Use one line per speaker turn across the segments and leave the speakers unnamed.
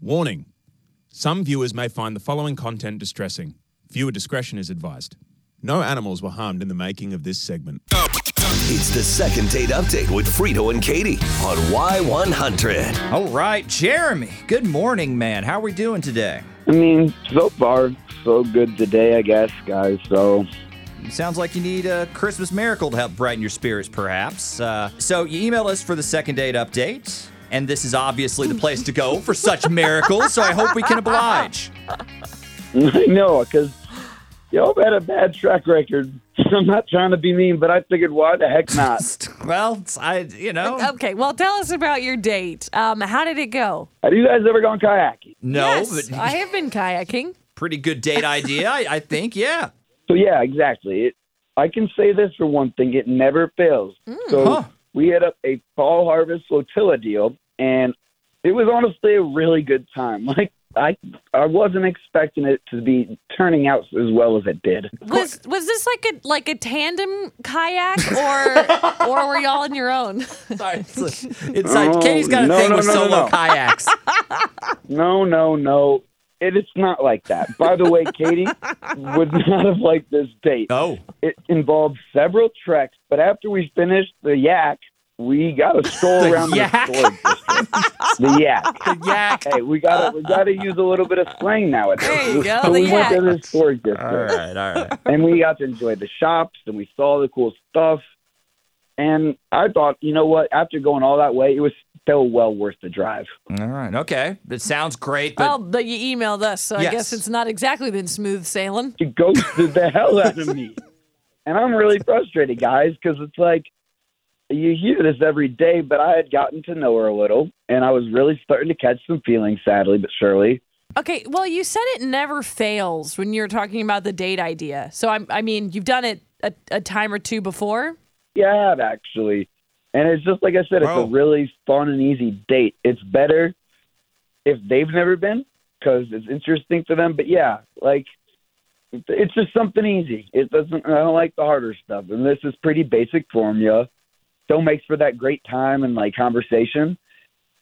Warning Some viewers may find the following content distressing. Viewer discretion is advised. No animals were harmed in the making of this segment.
It's the second date update with Frito and Katie on Y100.
All right, Jeremy. Good morning, man. How are we doing today?
I mean, so far, so good today, I guess, guys. So,
Sounds like you need a Christmas miracle to help brighten your spirits, perhaps. Uh, so you emailed us for the second date update, and this is obviously the place to go for such miracles. So I hope we can oblige.
I know, because y'all had a bad track record. I'm not trying to be mean, but I figured, why the heck not?
Well, it's- I you know
Uh, oh,
Okay, well, tell us about your date. Um, how did it go?
Have you guys ever gone kayaking?
no,
yes,
but
I have been kayaking.
pretty good date idea, I, I think. Yeah.
So, yeah, exactly. It, I can say this for one thing it never fails. so,
Huh.
we had up a fall harvest flotilla deal, and it was honestly a really good time. Like, I I wasn't expecting it to be turning out as well as it did.
Was was this like a like a tandem kayak or or were y'all on your own?
Sorry, it's like, it's like
Oh,
Katie's got a
no,
thing
no,
with
no, no,
solo
no.
kayaks.
No, no, no. It, it's not like that. By the way, Katie would not have liked this date.
Oh,
It involved several treks, but after we finished the yak, we got to stroll
The
around
yak.
the storage district. The yak.
yak.
Hey, we gotta we gotta use a little bit of slang nowadays.
There you go,
So
the
we went to
yak.
the storage district,
All right, all right.
and we got to enjoy the shops, and we saw the cool stuff. And I thought, you know what? After going all that way, it was still well worth the drive.
All right. Okay. That sounds great, but
Oh, but you emailed us, so I
Yes.
guess it's not exactly been smooth sailing.
It ghosted the hell out of me. And I'm really frustrated, guys, because it's like you hear this every day, but I had gotten to know her a little, and I was really starting to catch some feelings, sadly but surely.
Okay, well, you said it never fails when you're talking about the date idea. So I'm, I mean, you've done it a, a time or two before.
Yeah, I have, actually. And it's just like I said,
Wow.
it's a really fun and easy date. It's better if they've never been because it's interesting for them. But yeah, like it's just something easy. It doesn't. I don't like the harder stuff, and this is pretty basic formula. Still makes for that great time and like conversation,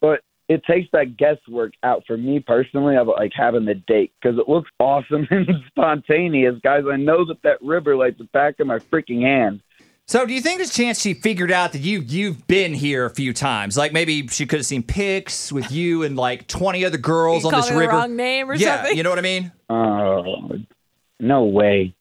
but it takes that guesswork out for me personally of like having the date because it looks awesome and spontaneous, guys. I know that that river like the back of my freaking hand.
So, do you think there's a chance she figured out that you you've been here a few times? Like maybe she could have seen pics with you and like 20 other girls
you
on
called
this
her the
river.
wrong name or
yeah,
something.
you know what I mean?
Oh, no way.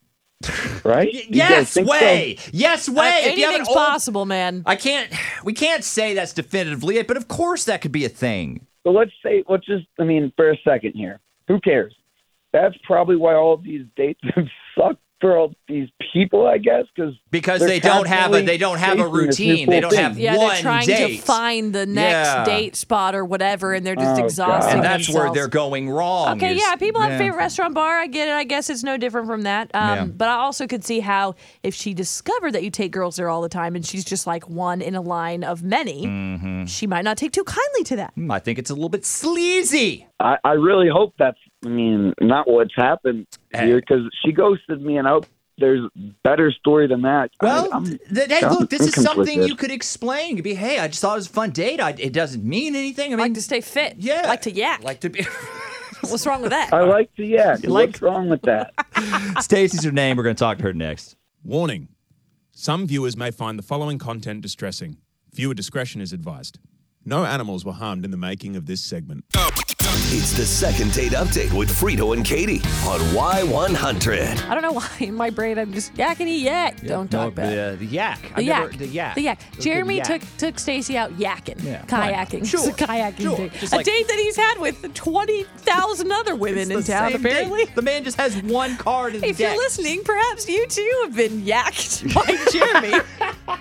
Right? You guys
yes,
think
way. Yes, way.
Uh,
If you have an
anything's
old-
possible, man.
I can't. We can't say that's definitively it, but of course that could be a thing.
So? But let's say, let's just, I mean, for a second here. Who cares? That's probably why all these dates have sucked for all these people, I guess, because
Because
They're
they don't have a they don't have a
constantly chasing this
routine. They
new
don't have
thing.
Yeah,
one
they're trying
date.
to find the next
Yeah.
date spot or whatever, and they're just
Oh,
exhausting.
God.
and that's where
themselves.
they're going wrong.
Okay,
is-
yeah, people have
yeah.
favorite restaurant bar. I get it. I guess it's no different from that. Um,
Yeah.
But I also could see how if she discovered that you take girls there all the time and she's just like one in a line of many,
Mm-hmm.
she might not take too kindly to that.
Hmm, I think it's a little bit sleazy.
I, I really hope that's, I mean, not what's happened
Hey.
here because she ghosted me, and I hope there's better story than that. I,
Well,
I'm-
th- th- hey,
I'm-
look, this
I'm
is something
conflicted.
you could explain. You could be, hey, I just thought it was a fun date. I, it doesn't mean anything. I
Like
mean,
to stay fit.
yeah,
Like to yak.
like to be.
What's wrong with that?
I like to yak.
like-
What's wrong with that?
Stacy's her name. We're going to talk to her next.
Warning Some viewers may find the following content distressing. Viewer discretion is advised. No animals were harmed in the making of this segment.
It's the second date update with Frito and Katie on Y100.
I don't know why in my brain I'm just yakety yak. don't talk back.
The, the yak. The
The yak.
the yak.
The yak.
Look at
Jeremy
yak.
took took Stacy out yakking,
Yeah, why not?
kayaking.
Sure,
It's a kayaking
sure.
date.
Just
A
like-
date that he's had with 20,000 other
It's
women
the
in town,
same
apparently.
date. The man just has one card in the
If you're
deck.
listening, perhaps you too have been yacked by Jeremy.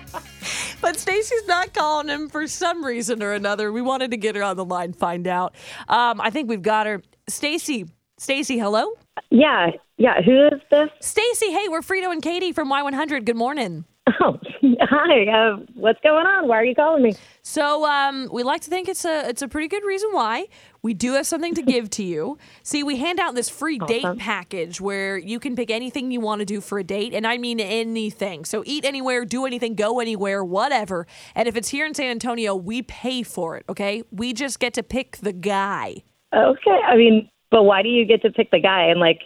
but Stacy's not calling him for some reason or another. We wanted to get her on the line, find out. Um, I think we've got her. Stacy, Stacy, hello.
Yeah, yeah. Who is this?
Stacy, hey, we're Frito and Katie from Y100. Good morning.
Oh, hi. Uh, what's going on? Why are you calling me?
So um, we like to think it's a it's a pretty good reason why we do have something to give to you. See, we hand out this free date package where you can pick anything you want to do for a date, and I mean anything. So eat anywhere, do anything, go anywhere, whatever. And if it's here in San Antonio, we pay for it. Okay, we just get to pick the guy.
Okay. I mean, but why do you get to pick the guy? And like,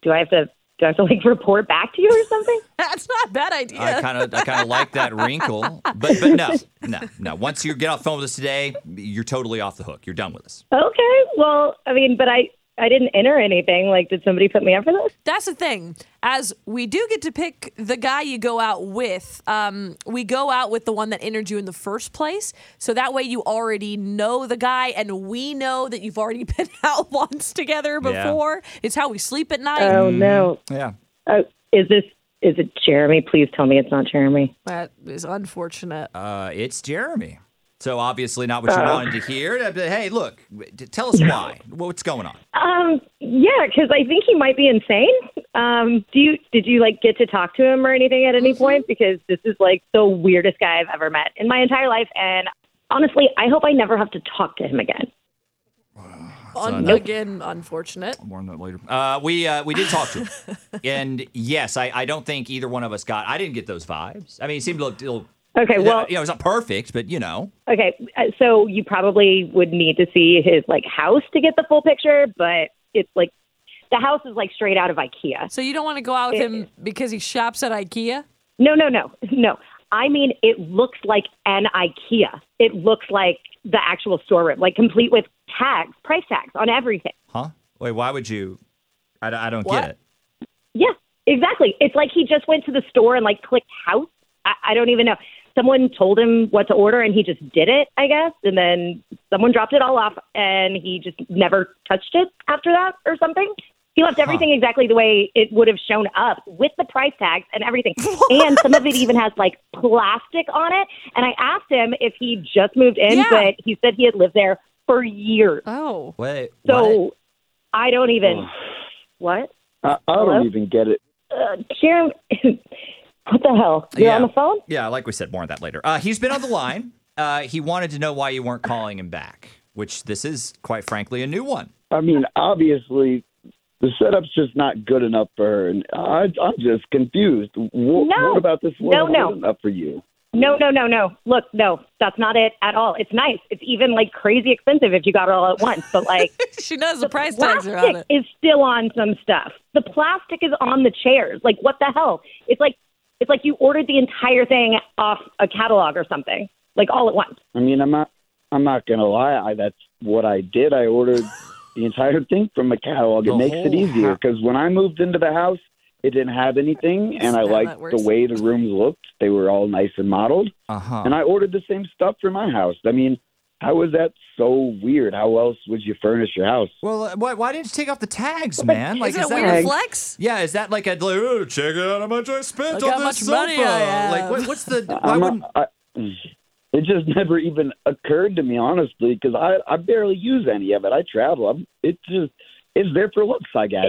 do I have to do I have to like report back to you or something?
That's not a bad idea.
I kind of I kind of like that wrinkle, but but no, no, no. Once you get off the phone with us today, you're totally off the hook. You're done with us.
okay. Well, I mean, but I I didn't enter anything. Like, did somebody put me up for this?
That's the thing. As we do get to pick the guy you go out with, um, we go out with the one that entered you in the first place. So that way you already know the guy, and we know that you've already been out once together
Yeah.
before. It's how we sleep at night.
Oh no.
Yeah.
Oh, is this is it Jeremy? Please tell me it's not Jeremy.
that is unfortunate.
Uh, it's Jeremy. So obviously not what you
Oh.
wanted to hear. Uh, But hey, look, w- d- tell us why. What's going on?
Um, yeah, because I think he might be insane. Um, do you did you like get to talk to him or anything at any point? Because this is like the weirdest guy I've ever met in my entire life, and honestly, I hope I never have to talk to him again.
Un- Again, unfortunate.
More on that later. Uh, we uh, we did talk to him, and yes, I, I don't think either one of us got. I didn't get those vibes. I mean, he seemed a little. little-
Okay, well,
you know, it's not perfect, but you know,
okay, uh, so you probably would need to see his like house to get the full picture, but it's like the house is like straight out of IKEA.
So you don't want to go out with him because he shops at IKEA?
No, no, no, no. I mean, it looks like an IKEA. It looks like the actual storeroom, like complete with tags, price tags on everything.
huh? Wait, why would you? I, don't- I don't
What?
get it.
Yeah, exactly. It's like he just went to the store and like clicked house. I, I don't even know. Someone told him what to order and he just did it, I guess. And then someone dropped it all off and he just never touched it after that or something. He left everything exactly the way it would have shown up with the price tags and everything. And some of it even has like plastic on it. And I asked him if he just moved in,
Yeah.
but he said he had lived there for years.
Oh.
Wait,
So
what?
I don't even. What?
I, I
Hello?
don't even get it.
Jeremy, what the hell? You're
Yeah.
on the phone?
Yeah, like we said, more on that later. Uh, he's been on the line. Uh, he wanted to know why you weren't calling him back, which this is quite frankly a new one.
I mean, obviously, the setup's just not good enough for her, and I, I'm just confused. What,
No.
what about this
No,
wasn't
no.
good enough for you?
No, no, no, no. Look, no, that's not it at all. It's nice. It's even like crazy expensive if you got it all at once. But like,
She knows the price tags are on
plastic
it.
is still on some stuff. The plastic is on the chairs. Like, what the hell? It's like, it's like you ordered the entire thing off a catalog or something, like all at once.
I mean, I'm not. I'm not gonna lie. I, that's what I did. I ordered the entire thing from a catalog. It
The
makes
whole
it easier
house.
because when I moved into the house, it didn't have anything, and I
how that
liked the
works.
way the rooms looked. They were all nice and modeled,
Uh
Uh-huh.
huh.
and I ordered the same stuff for my house. I mean, how was that so weird? How else would you furnish your house?
Well, uh, why, why didn't you take off the tags, man? Like,
Isn't it
that
weird
a-
flex?
yeah, is that like a like, oh, check out how much I spent
Look
on
how
this
much money
sofa"?
I have.
Like, what, what's the? Why
I'm
wouldn't?
not, I, it just never even occurred to me, honestly, because I, I barely use any of it. I travel. I'm, it's just it's there for looks, I guess.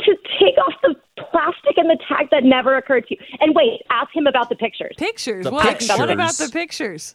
To take off the plastic and the tag that never occurred to you. And wait, ask him about the pictures.
Pictures.
The
What? What about
pictures.
the pictures?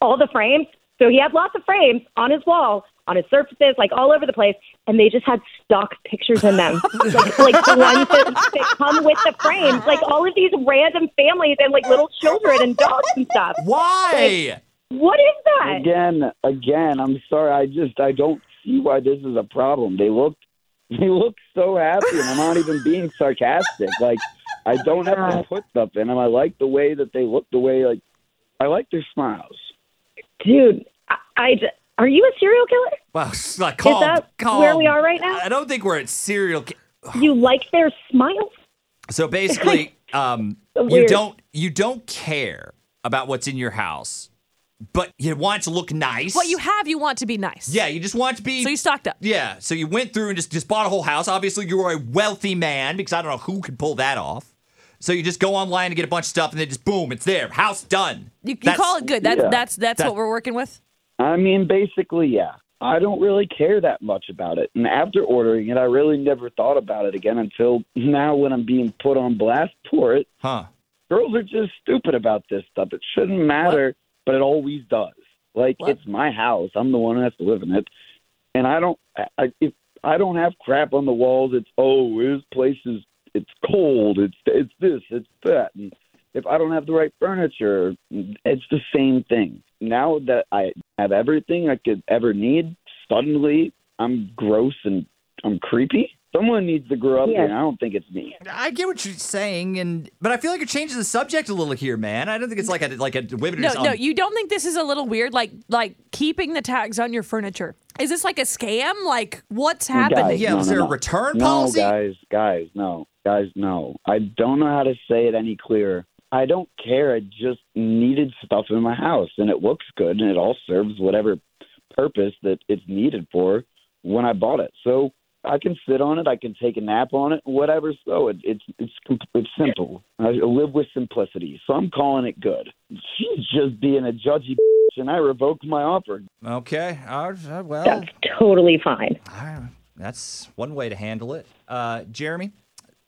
all the frames. So he had lots of frames on his wall, on his surfaces, like all over the place, and they just had stock pictures in them, like, like the ones that, that come with the frames, like all of these random families and like little children and dogs and stuff.
Why?
What is that?
Again, again, I'm sorry. I just I don't see why this is a problem. They look they look so happy, and I'm not even being sarcastic. Like I don't have to put stuff in them. I like the way that they look. The way like I like their smiles.
Dude, I, I j- are you a serial killer?
Well, like, calm,
that
calm.
where we are right now?
I don't think we're at serial. Ki-
You like their smiles?
So basically, um, you
Weird.
don't you don't care about what's in your house, but you want it to look nice.
What you have, you want to be nice.
Yeah, you just want it to be.
So you stocked up.
yeah, so you went through and just just bought a whole house. Obviously, you were a wealthy man because I don't know who could pull that off. So you just go online and get a bunch of stuff, and then just boom, it's there. House done.
You, you
That's-
call it good. That,
Yeah.
That's that's
That-
what we're working with.
I mean, basically, yeah. I don't really care that much about it. And after ordering it, I really never thought about it again until now when I'm being put on blast for it.
Huh.
Girls are just stupid about this stuff. It shouldn't matter, but it always does. Like
What?
it's my house. I'm the one who has to live in it. And I don't I- I if I don't have crap on the walls, it's oh, this place is it's cold, it's it's this, it's that. And if I don't have the right furniture, it's the same thing. Now that I have everything I could ever need, suddenly I'm gross and I'm creepy. Someone needs to grow up,
Yeah.
and I don't think it's me.
I get what you're saying, and but I feel like you're changing the subject a little here, man. I don't think it's like a like a women.
No, no, you don't think this is a little weird? Like, like keeping the tags on your furniture. Is this like a scam? Like, what's happening?
Guys,
Yeah,
no,
was
no,
there a
no.
return
no,
policy?
guys, guys, no, guys, no. I don't know how to say it any clearer. I don't care. I just needed stuff in my house, and it looks good, and it all serves whatever purpose that it's needed for when I bought it. So I can sit on it. I can take a nap on it. Whatever. So it, it's it's com- it's simple. I live with simplicity, so I'm calling it good. She's just being a judgy, bitch, and I revoke my offer.
Okay, all right, uh, well,
That's totally fine.
I- that's one way to handle it. Uh, Jeremy,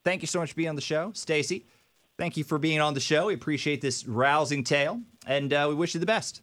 thank you so much for being on the show. Stacy, thank you for being on the show. We appreciate this rousing tale, and uh, we wish you the best.